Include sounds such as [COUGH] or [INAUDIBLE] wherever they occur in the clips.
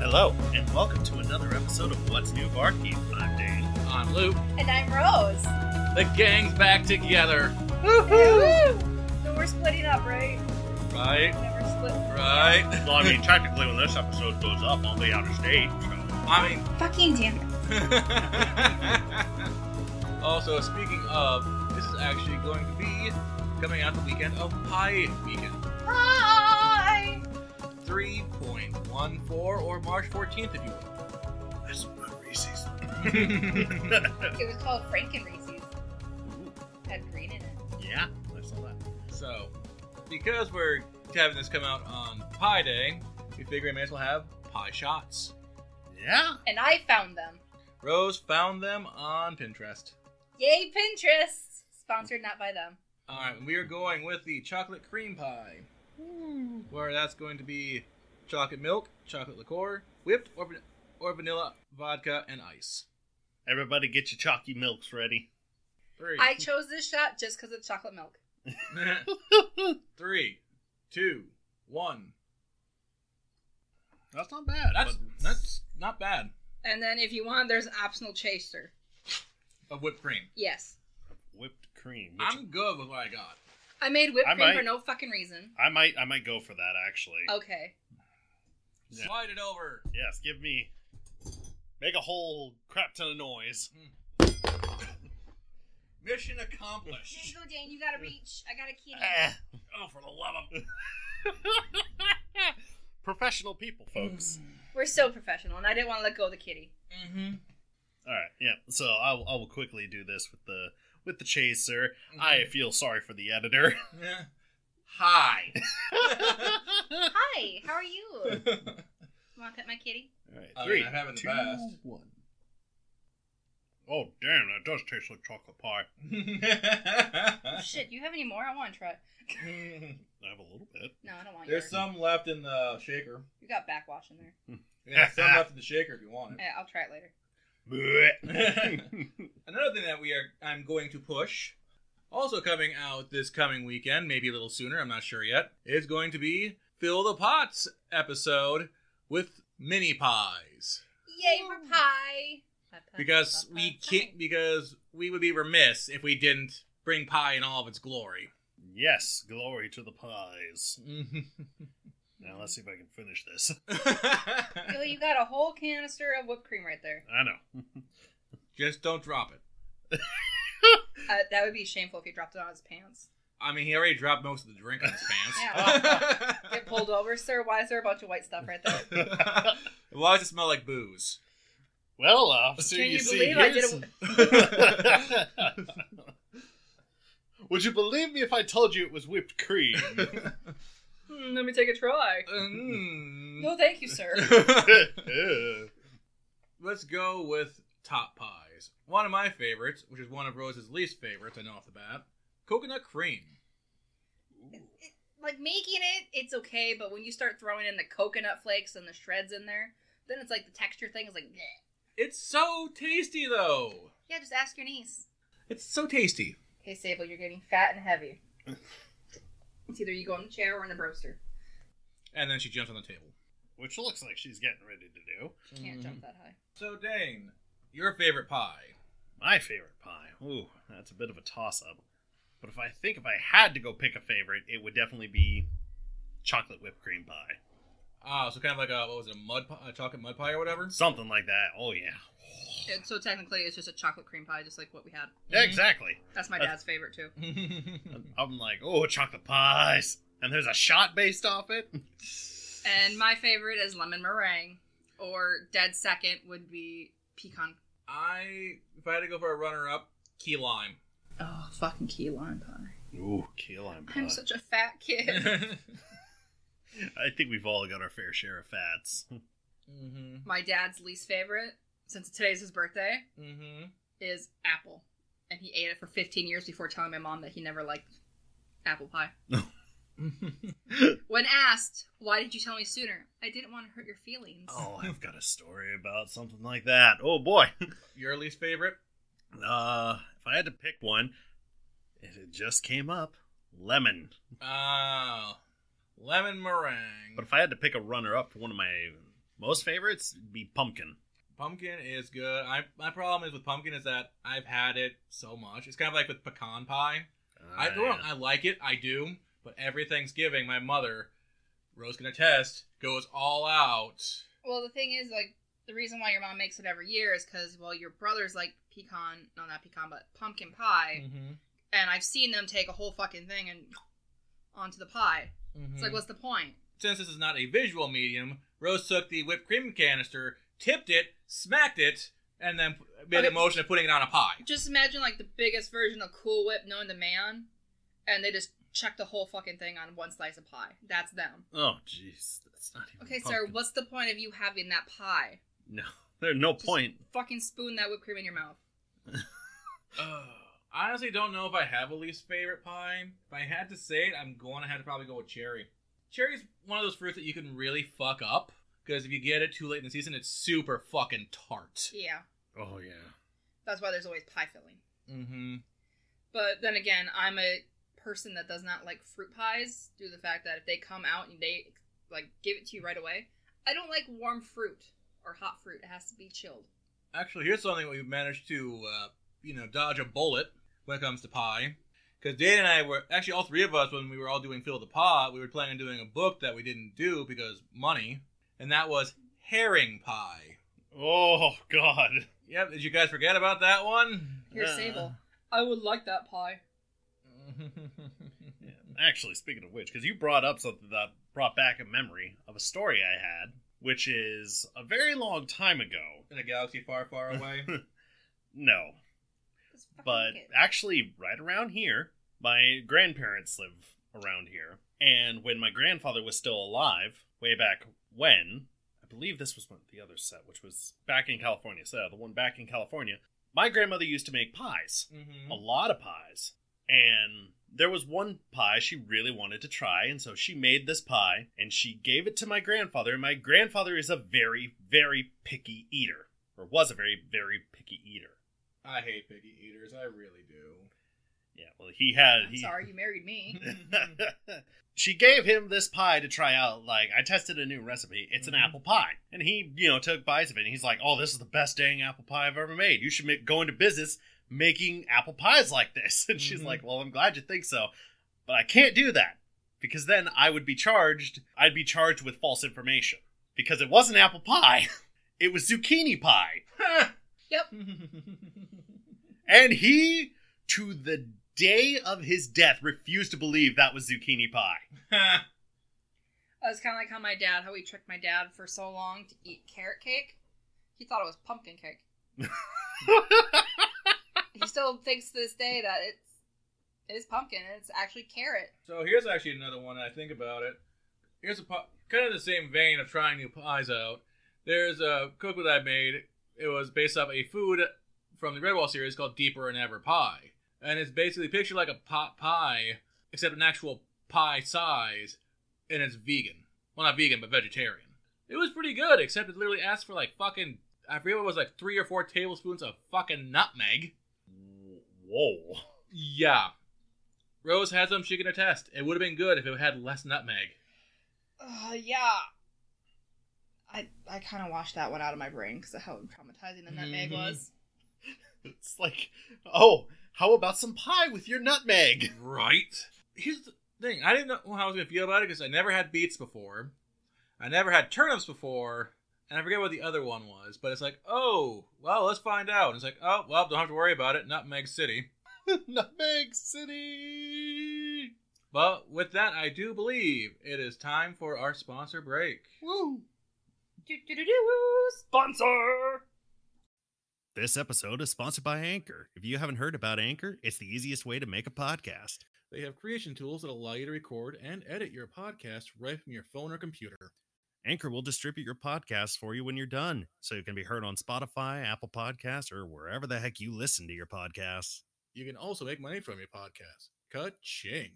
Hello, and welcome to another episode of What's New Barkeep. I'm Dane. I'm Luke. And I'm Rose. The gang's back together. So we're splitting up, right? Right, Never split. right. Well, [LAUGHS] I mean, technically, when this episode goes up, I'll be out of state. So. I mean. Fucking damn it. [LAUGHS] also, speaking of, this is actually going to be coming out the weekend of Pi Weekend. Hi! 3.14 or March 14th, if you will. That's my Reese's. It was called Franken Reese's. Had green in it. yeah, I saw that. so, because we're having this come out on Pi Day, we figure we may as well have pie shots. Yeah. And I found them. Rose found them on Pinterest. Yay, Pinterest! Sponsored not by them. All right, we are going with the chocolate cream pie, where that's going to be chocolate milk, chocolate liqueur, whipped or, van- or vanilla vodka and ice. Everybody get your chalky milks ready. Three, I chose this shot just because of chocolate milk. [LAUGHS] three, two, one. That's not bad. That's but- that's not bad. And then if you want, there's an optional chaser. Of whipped cream, Yes. whipped cream. Which I'm good with what I got. I made whipped I cream might. for no fucking reason. I might I might go for that actually. Okay. Yeah. Slide it over. Yes, give me make a whole crap ton of noise. Mission accomplished. go, Dane. You gotta reach. I got a key. Ah, oh, for the love of [LAUGHS] professional people, [LAUGHS] folks. We're so professional, and I didn't want to let go of the kitty. [LAUGHS] Mm-hmm. All right, yeah. So I will, I will quickly do this with the with the chaser. Mm-hmm. I feel sorry for the editor. [LAUGHS] Yeah. [LAUGHS] Hi. [LAUGHS] Hi, how are you? Want to pet my kitty? All right, I mean, three, I'm having the two, best. one. Oh damn, that does taste like chocolate pie. Oh, Shit, you have any more? I want to try. it. I have a little bit. No, I don't want There's yours. some left in the shaker. You got backwash in there. Yeah, [LAUGHS] some left in the shaker if you want it. Yeah, I'll try it later. [LAUGHS] Blech. Another thing that we are I'm going to push, also coming out this coming weekend, maybe a little sooner, I'm not sure yet, is going to be Fill the Pots episode with mini pies. Yay for pie! Pie, pie, Because pie, we pie, can't because we would be remiss if we didn't bring pie in all of its glory. yes, glory to the pies. Mm-hmm. [LAUGHS] Now let's see if I can finish this. [LAUGHS] pie. Yo, you got a whole canister of whipped cream right there. I know. Just don't drop it. Uh, that would be shameful if you dropped it on his pants. I mean, he already dropped most of the drink on his Yeah. pants. Get [LAUGHS] pulled over, sir. Why is there a bunch of white stuff right there? [LAUGHS] [LAUGHS] Why does it smell like [LAUGHS] booze? [LAUGHS] Well, uh, officer, Can you see, believe I did [LAUGHS] here's- [LAUGHS] Would you believe me if I told you it was whipped [LAUGHS] cream? [LAUGHS] [LAUGHS] Hmm, let me take a try. Mm. No, thank you, sir. [LAUGHS] [LAUGHS] Let's go with top pies. One of my favorites, which is one of Rose's least favorites, I know off the bat, coconut cream. like making it, it's okay, but when you start throwing in the coconut flakes and the shreds in there, then it's like the texture thing is like, bleh. It's so tasty, though. yeah, just ask your niece. It's so tasty. Hey, Sable, you're getting fat and heavy. It's either you go in the chair or in the broaster. And then she jumps on the table. Which looks like she's getting ready to do. She can't jump that high. So, Dane, your favorite pie? My favorite pie. Ooh, that's a bit of a toss up. But if I think if I had to go pick a favorite, it would definitely be chocolate whipped cream pie. Ah, so kind of like a what was it, a mud pie, a chocolate mud pie or whatever. Something like that. Oh yeah. It, so technically, it's just a chocolate cream pie, just like what we had. Yeah, exactly. That's my dad's favorite too. I'm like, oh, chocolate pies, and there's a shot based off it. And my favorite is lemon meringue, or dead second would be pecan. [LAUGHS] I if I had to go for a runner up, key [LAUGHS] lime. Oh, fucking key lime pie. Ooh, key lime pie. I'm such a [LAUGHS] fat kid. I think we've all got our fair share of fats. [LAUGHS] mm-hmm. my dad's least favorite, since today's his birthday, Mm-hmm. is apple, and he ate it for 15 years before telling my mom that he never liked apple pie. When asked, "Why did you tell me sooner?" I didn't want to hurt your feelings. oh, I've got a story about something like that. Oh boy. [LAUGHS] Your least favorite? Uh, if I had to pick one, it had just came up lemon. Oh, lemon meringue. But if I had to pick a runner up for one of my most favorites, it'd be pumpkin. Pumpkin is good. I my problem is with pumpkin is that I've had it so much. It's kind of like with pecan pie. I Uh, don't. I like it. I do. But every Thanksgiving, my mother, Rose can attest, goes all out. Well, the thing is, like, the reason why your mom makes it every year is because, well, your brothers like pecan, no, not pecan, but pumpkin pie, Mm-hmm. and I've seen them take a whole fucking thing and [GASPS] onto the pie. It's Mm. like, what's the point? mm-hmm. Since this is not a visual medium, Rose took the whipped cream canister, tipped it, smacked it, and then made a Okay. motion of putting it on a pie. Just imagine, like, the biggest version of Cool Whip known to man, and they just chuck the whole fucking thing on one slice of pie. That's them. Oh, jeez, that's not even. Okay, sir, pumpkin. what's the point of you having that pie? No, [LAUGHS] there's no point. Fucking spoon that whipped cream in your mouth. Ugh. I honestly don't know if I have a least favorite pie. If I had to say it, I'm going to have to probably go with cherry. Cherry's one of those fruits that you can really fuck up because if you get it too late in the season, it's super fucking tart. Yeah, Oh yeah. that's why there's always pie filling. Mm-hmm. But then again, I'm a person that does not like fruit pies due to the fact that if they come out and they like give it to you right away, I don't like warm fruit or hot fruit. It has to be chilled. Actually, here's something we managed to, uh, you know, dodge a bullet when it comes to pie. Because Dan and I were actually all three of us when we were all doing Fill the Pot, we were planning on doing a book that we didn't do because money, and that was herring pie. Oh God. Yep, did you guys forget about that one? Here's Uh. Sable. I would like that pie. Yeah. Actually, speaking of which, because you brought up something that brought back a memory of a story I had, which is a very long time ago. [LAUGHS] In a galaxy far, far away. No, Let's fucking but make it. actually right around here my grandparents live around here and when my grandfather was still alive way back when i believe this was one the other set which was back in california so the one back in california my grandmother used to make pies mm-hmm. a lot of pies and there was one pie she really wanted to try and so she made this pie and she gave it to my grandfather and my grandfather is a very very picky eater or was a very very picky eater I hate picky eaters. I really do. yeah well he had I'm he, sorry you married me. [LAUGHS] she gave him this pie to try out. Like, I tested a new recipe. It's an Mhm. apple pie. And he, you know, took bites of it and he's like, oh, this is the best dang apple pie I've ever made. You should make, go into business making apple pies like this. [LAUGHS] And she's Mhm. like, well, I'm glad you think so. But I can't do that because then I would be charged. I'd be charged with false information because it wasn't apple pie, [LAUGHS] it was zucchini pie. yep. [LAUGHS] And he, to the day of his death, refused to believe that was zucchini pie. I was kind of like how my dad, how he tricked my dad for so long to eat carrot cake. He thought it was pumpkin cake. [LAUGHS] he still thinks to this day that it's it is pumpkin and it's actually carrot. so here's actually another one. I think about it. Here's a pi- kind of the same vein of trying new pies out. There's a cookbook that I made. It was based off a food from the Redwall series called Deeper and Ever Pie, and it's basically pictured like a pot pie, except an actual pie size, and it's vegan. Well, not vegan, but vegetarian. It was pretty good, except it literally asked for like fucking. I forget what it was like three or four tablespoons of fucking nutmeg. Whoa. [LAUGHS] Yeah. Rose had some chicken to test. It would have been good if it had less nutmeg. Uh, yeah. I I kind of washed that one out of my brain because of how traumatizing the nutmeg Mhm. was. It's like, oh, how about some pie with your nutmeg? [LAUGHS] Right? Here's the thing. I didn't know how I was going to feel about it because I never had beets before. I never had turnips before, and I forget what the other one was, but it's like, oh, well, let's find out. And it's like, oh, well, don't have to worry about it. Nutmeg City. Nutmeg City. But with that, I do believe it is time for our sponsor break. Woo. Do-do-do-do, Sponsor. This episode is sponsored by Anchor. If you haven't heard about Anchor, it's the easiest way to make a podcast. They have creation tools that allow you to record and edit your podcast right from your phone or computer. Anchor will distribute your podcast for you when you're done, so it can be heard on Spotify, Apple Podcasts, or wherever the heck you listen to your podcasts. You can also make money from your podcast. Ka-ching!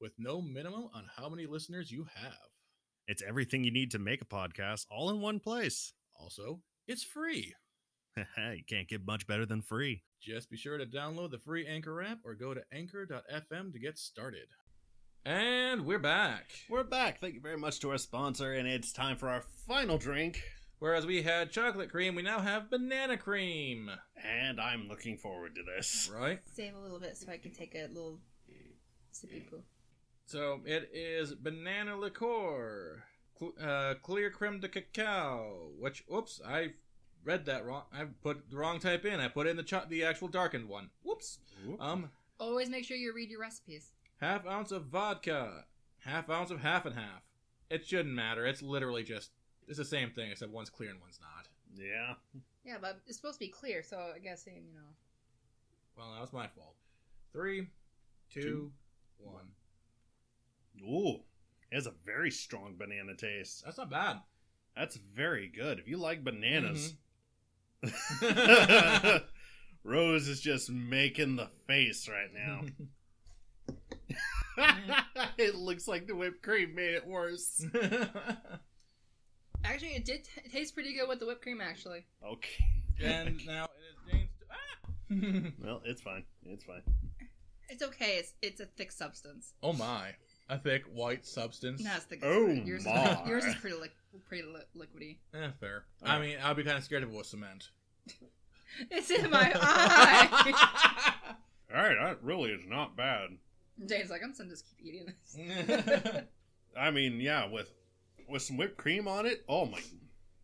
With no minimum on how many listeners you have. It's everything you need to make a podcast all in one place. [LAUGHS] Also, it's free. you can't get much better than free. Just be sure to download the free Anchor app or go to anchor.fm to get started. And we're back. We're back. Thank you very much to our sponsor, and it's time for our final drink. Whereas we had chocolate cream, we now have banana cream. And I'm looking forward to this. Right? Save a little bit so I can take a little sippy poo. So it is banana liqueur, cl- uh, clear creme de cacao. Which, oops, I read that wrong. I put the wrong type in. I put in the cho- the actual darkened one. Whoops. Um, Always make sure you read your recipes. half ounce of vodka, half ounce of half and half. It shouldn't matter. It's literally just it's the same thing except one's clear and one's not. Yeah. Yeah, but it's supposed to be clear, so I guess you know. Well, that was my fault. Three, two, Two, one. Ooh, it has a very strong banana taste. That's not bad. [LAUGHS] That's very good. If you like bananas, Mhm. [LAUGHS] Rose is just making the face right [LAUGHS] now. [LAUGHS] it looks like the whipped cream made it worse. Actually, it did t- taste pretty good with the whipped cream. Actually, Okay. and now it is James. Ah! [LAUGHS] Well, it's fine. It's fine. it's okay. It's it's a thick substance. oh my! A thick white substance. Not as thick. Oh as yours my. Is, [LAUGHS] yours is pretty li- pretty li- liquidy. [LAUGHS] Eh, fair. I mean, I'd be kind of scared if it was cement. [LAUGHS] It's in my eye. [LAUGHS] All right, that really is not bad. James, like I'm gonna just keep eating this. I mean, yeah, with with some whipped cream on it. Oh my,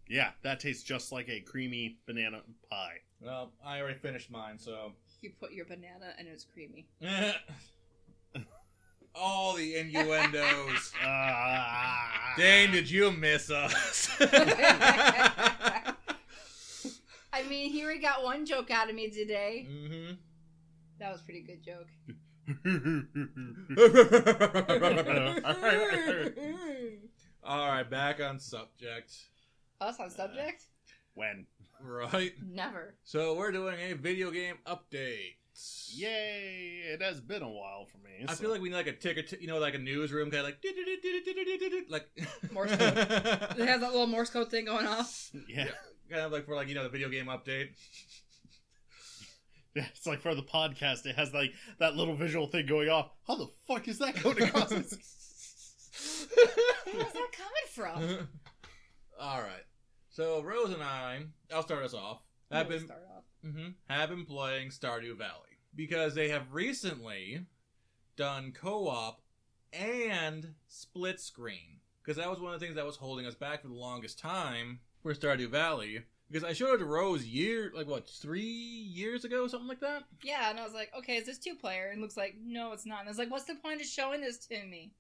yeah, that tastes just like a creamy banana pie. well, I already finished mine, so. [LAUGHS] You put your banana and it's creamy. All the innuendos. Ah. Dane, did you miss us? I mean, he already got one joke out of me today. Mhm. That was a pretty good [LAUGHS] joke. [LAUGHS] All right, back on subject. [LAUGHS] Us on subject? when? Right. Never. So we're doing a video game update. Yay! It has been a while for me. I so- feel like we need like a ticker, t- you know, like a newsroom kind of like [LAUGHS] "Do-do-do-do-do-do-do-do-do," like [LAUGHS] Morse It kind has that little Morse code thing going off. yeah. of like for like you know the video game update. Yeah, [LAUGHS] it's like for the podcast, it has like that little visual thing going off. How the fuck is that [LAUGHS] going [LAUGHS] across? this- Where's that [LAUGHS] coming from? All right. So Rose and I, I'll start us off. Have We'll been start off. hmm have been playing Stardew Valley because they have recently done co-op and split screen because that was one of the things that was holding us back for the longest time for Stardew Valley because I showed it to Rose year like what three years ago something like that Yeah, and I was like, okay, is this two player? And Luke's like, no, it's not. And I was like, what's the point of showing this to me?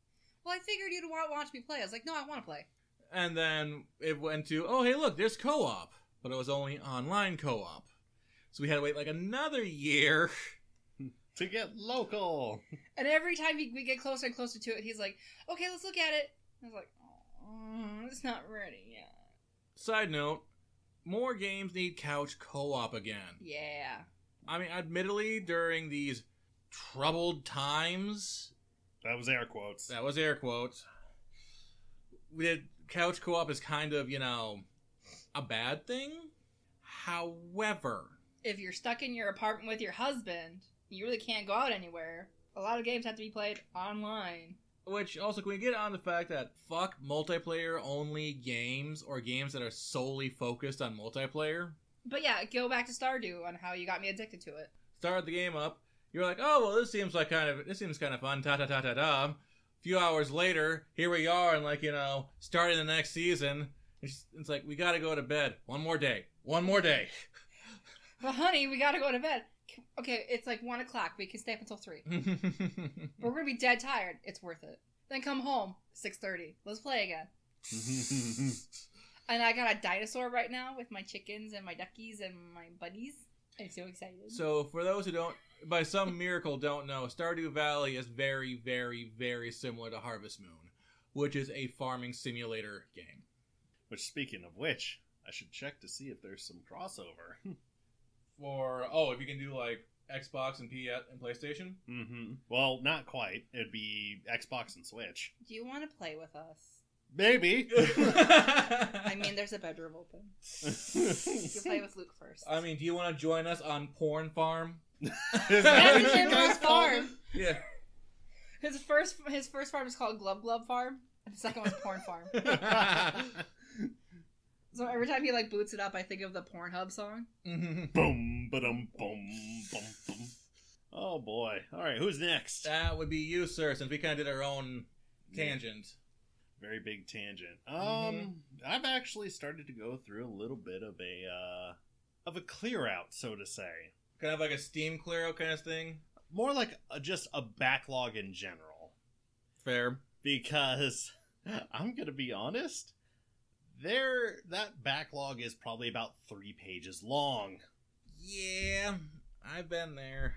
Well, I figured you'd want watch me play. I was like, no, I want to play. and then it went to oh hey look there's co-op but it was only online co-op so we had to wait like another year [LAUGHS] to get local. And every time we we get closer and closer to it, he's like, okay, let's look at it. And I was like, oh, it's not ready yet. side note more games need couch co-op again Yeah. I mean, admittedly, during these troubled times, That was air quotes. that was air quotes, we had couch co op is kind of, you know, a bad thing. However, If you're stuck in your apartment with your husband, you really can't go out anywhere. A lot of games have to be played online. which also, can we get on the fact that fuck multiplayer only games or games that are solely focused on multiplayer? But yeah, go back to Stardew on how you got me addicted to it. Start the game up, you're like, oh, well, this seems like kind of, this seems kind of fun, ta ta ta ta da. few hours later, here we are, and like you know, starting the next season. It's, it's like we gotta go to bed. One more day. One more day. But honey, we gotta go to bed. C- Okay, it's like one o'clock. We can stay up until three. We're gonna be dead tired. It's worth it. Then come home six thirty. Let's play again. And I got a dinosaur right now with my chickens and my duckies and my buddies. I'm so excited. so, for those who don't, by some miracle, don't know, Stardew Valley is very, very, very similar to Harvest Moon, which is a farming simulator game. Which, speaking of which, I should check to see if there's some crossover. [LAUGHS] For oh, if you can do like Xbox and PS and PlayStation, [LAUGHS] hmm Well, not quite. It'd be Xbox and Switch. Do you want to play with us? [LAUGHS] Maybe. [LAUGHS] I mean, there's a bedroom open. You can play with Luke first. [LAUGHS] I mean, do you want to join us on Porn Farm? Is [LAUGHS] that That's what you his guys first call farm. it? Yeah. His first his first farm is called Glove Glove Farm. And the second one's Porn Farm. [LAUGHS] So every time he like boots it up, I think of the Pornhub song. [LAUGHS] boom, ba-dum, boom, boom, boom. Oh boy. All right, who's next? [LAUGHS] that would be you, sir, since we kind of did our own tangent. Very big tangent. Um, I've actually started to go through a little bit of a uh, of a clear out, so to say. Kind of like a Steam clear out kind of thing. More like a, just a backlog in general, Fair. because [LAUGHS] I'm gonna be honest. There, that backlog is probably about three pages long. Yeah, I've been there.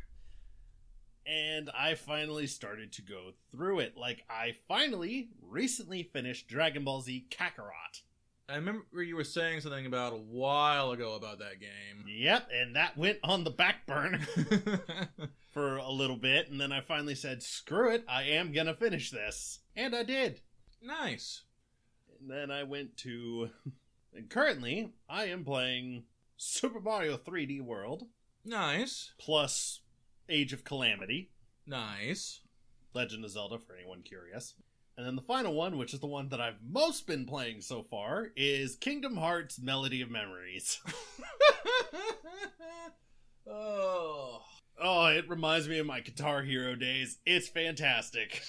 and I finally started to go through it. Like I finally recently finished Dragon Ball Z Kakarot. I remember you were saying something about a while ago about that [LAUGHS] game. Yep, and that went on the back burner [LAUGHS] for a little bit, and then I finally said, "Screw it, I am gonna finish this," and I did. nice. And then I went to, and currently I am playing Super Mario 3D World Nice. plus Age of Calamity. Nice. Legend of Zelda for anyone curious. And then the final one, which is the one that I've most been playing so far, is Kingdom Hearts Melody of Memories. [LAUGHS] oh. oh, it reminds me of my Guitar Hero days. It's fantastic.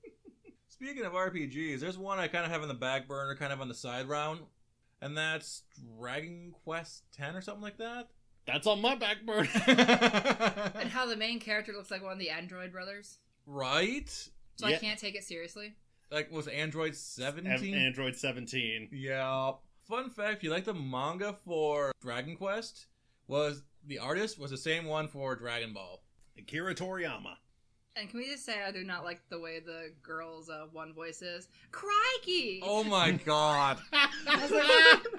[LAUGHS] Speaking of RPGs, there's one I kind of have in the back burner, kind of on the side round, and that's Dragon Quest X or something like that. That's on my back [LAUGHS] [LAUGHS] burner. And how the main character looks like one of the android brothers. right? So Yeah. I can't take it seriously. Like was Android Am- seventeen? Android 17. yeah. Fun fact: if you like the manga for Dragon Quest, was the artist was the same one for Dragon Ball. Akira Toriyama. And can we just say I do not like the way the girl's uh, one voice is? Crikey! Oh my god! I was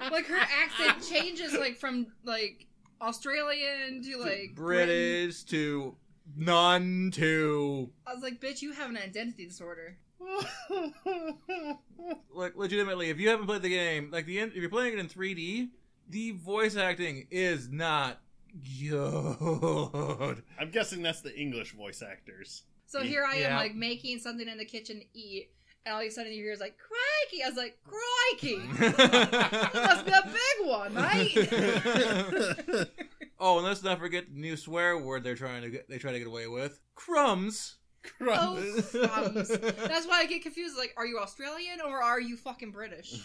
[LAUGHS] like, like her accent changes like from like Australian to like Britain. British to none to I was like, bitch, you have an identity disorder. like legitimately, if you haven't played the game, like the in- if you're playing it in 3D, the voice acting is not [LAUGHS] good. I'm guessing that's the English voice [LAUGHS] actors. So here I am, Yeah. like making something in the kitchen to eat, and all of a sudden you hear is like crikey. I was like, [LAUGHS] crikey, must be a big one, [LAUGHS] right? oh, and let's not forget the new swear word they're trying to get, they try to get away with crumbs. oh, crumbs. That's why I get confused. Like, are you Australian or are you fucking British?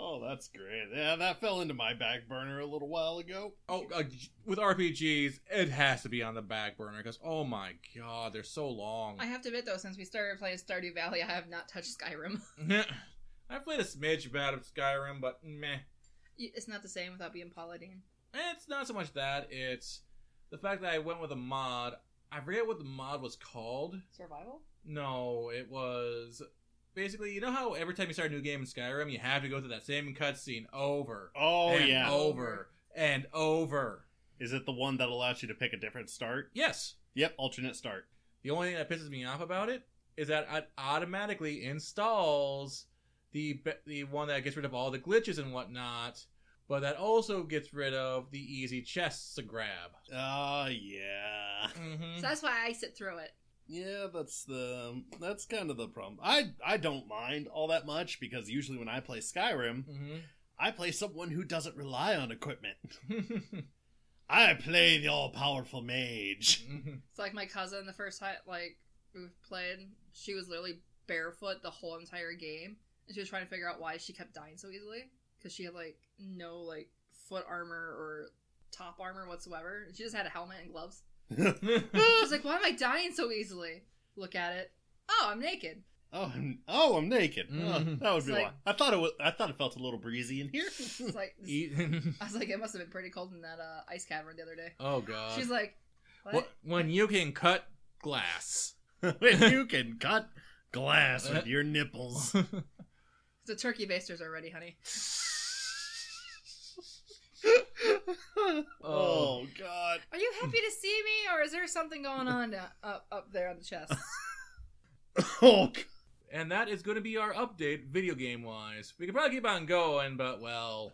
Oh, that's great. Yeah, that fell into my back burner a little while ago. [LAUGHS] Oh, uh, with RPGs, it has to be on the back burner because oh my god, they're so long. I have to admit though, since we started playing Stardew Valley, I have not touched Skyrim. [LAUGHS] [LAUGHS] I played a smidge bad of Skyrim, but meh. It's not the same without being Paladin. It's not so much that, it's the fact that I went with a mod. I forget what the mod was called. Survival. No, it was basically, you know how every time you start a new game in Skyrim, you have to go through that same cutscene over Oh, and yeah. over and over. Is it the one that allows you to pick a different start? Yes. Yep, alternate start. The only thing that pisses me off about it is that it automatically installs the be- the one that gets rid of all the glitches and whatnot, but that also gets rid of the easy chests to grab. Ah, yeah. Mm-hmm. So that's why I sit through it. Yeah, that's the that's kind of the problem. I I don't mind all that much because usually when I play Skyrim, I play someone who doesn't rely on equipment. [LAUGHS] Mm-hmm. [LAUGHS] I play the all-powerful mage. [LAUGHS] It's like my cousin the first time, like Booth played, she was literally barefoot the whole entire game, and she was trying to figure out why she kept dying so easily because she had like no like foot armor or top armor whatsoever. She just had a helmet and gloves. Oh, She's like, "Why am I dying so easily?" Look at it. Oh, I'm naked. Oh, I'm, oh, I'm naked. Oh, Mhm. that would It's be why. like- I thought it was. I thought it felt a little breezy in [LAUGHS] here. [LAUGHS] It's like Eat- I was like, it must have been pretty cold in that uh, ice cavern the other day. E-, [LAUGHS] oh god. She's like, what? Wh- when you can cut glass. When you can cut glass with your nipples. [LAUGHS] The turkey basters are ready, honey. oh God. [LAUGHS] Are you happy to see me, or is there something going on uh, up up there on the chest? Oh. God. And that is going to be our update, video game wise. We could probably keep on going, but well,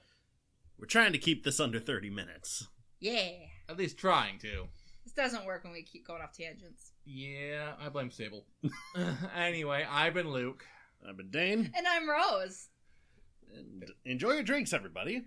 We're trying to keep this under thirty minutes. yeah, at least trying to. this doesn't work when we keep going off tangents. Yeah, I blame Sable. [LAUGHS] anyway, I've been Luke. I've been Uh, Dane. And I'm Rose. And enjoy your drinks, everybody.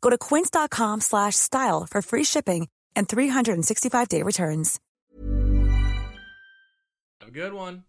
Go to quince.com slash style for free shipping and 365-day returns. Have a good one.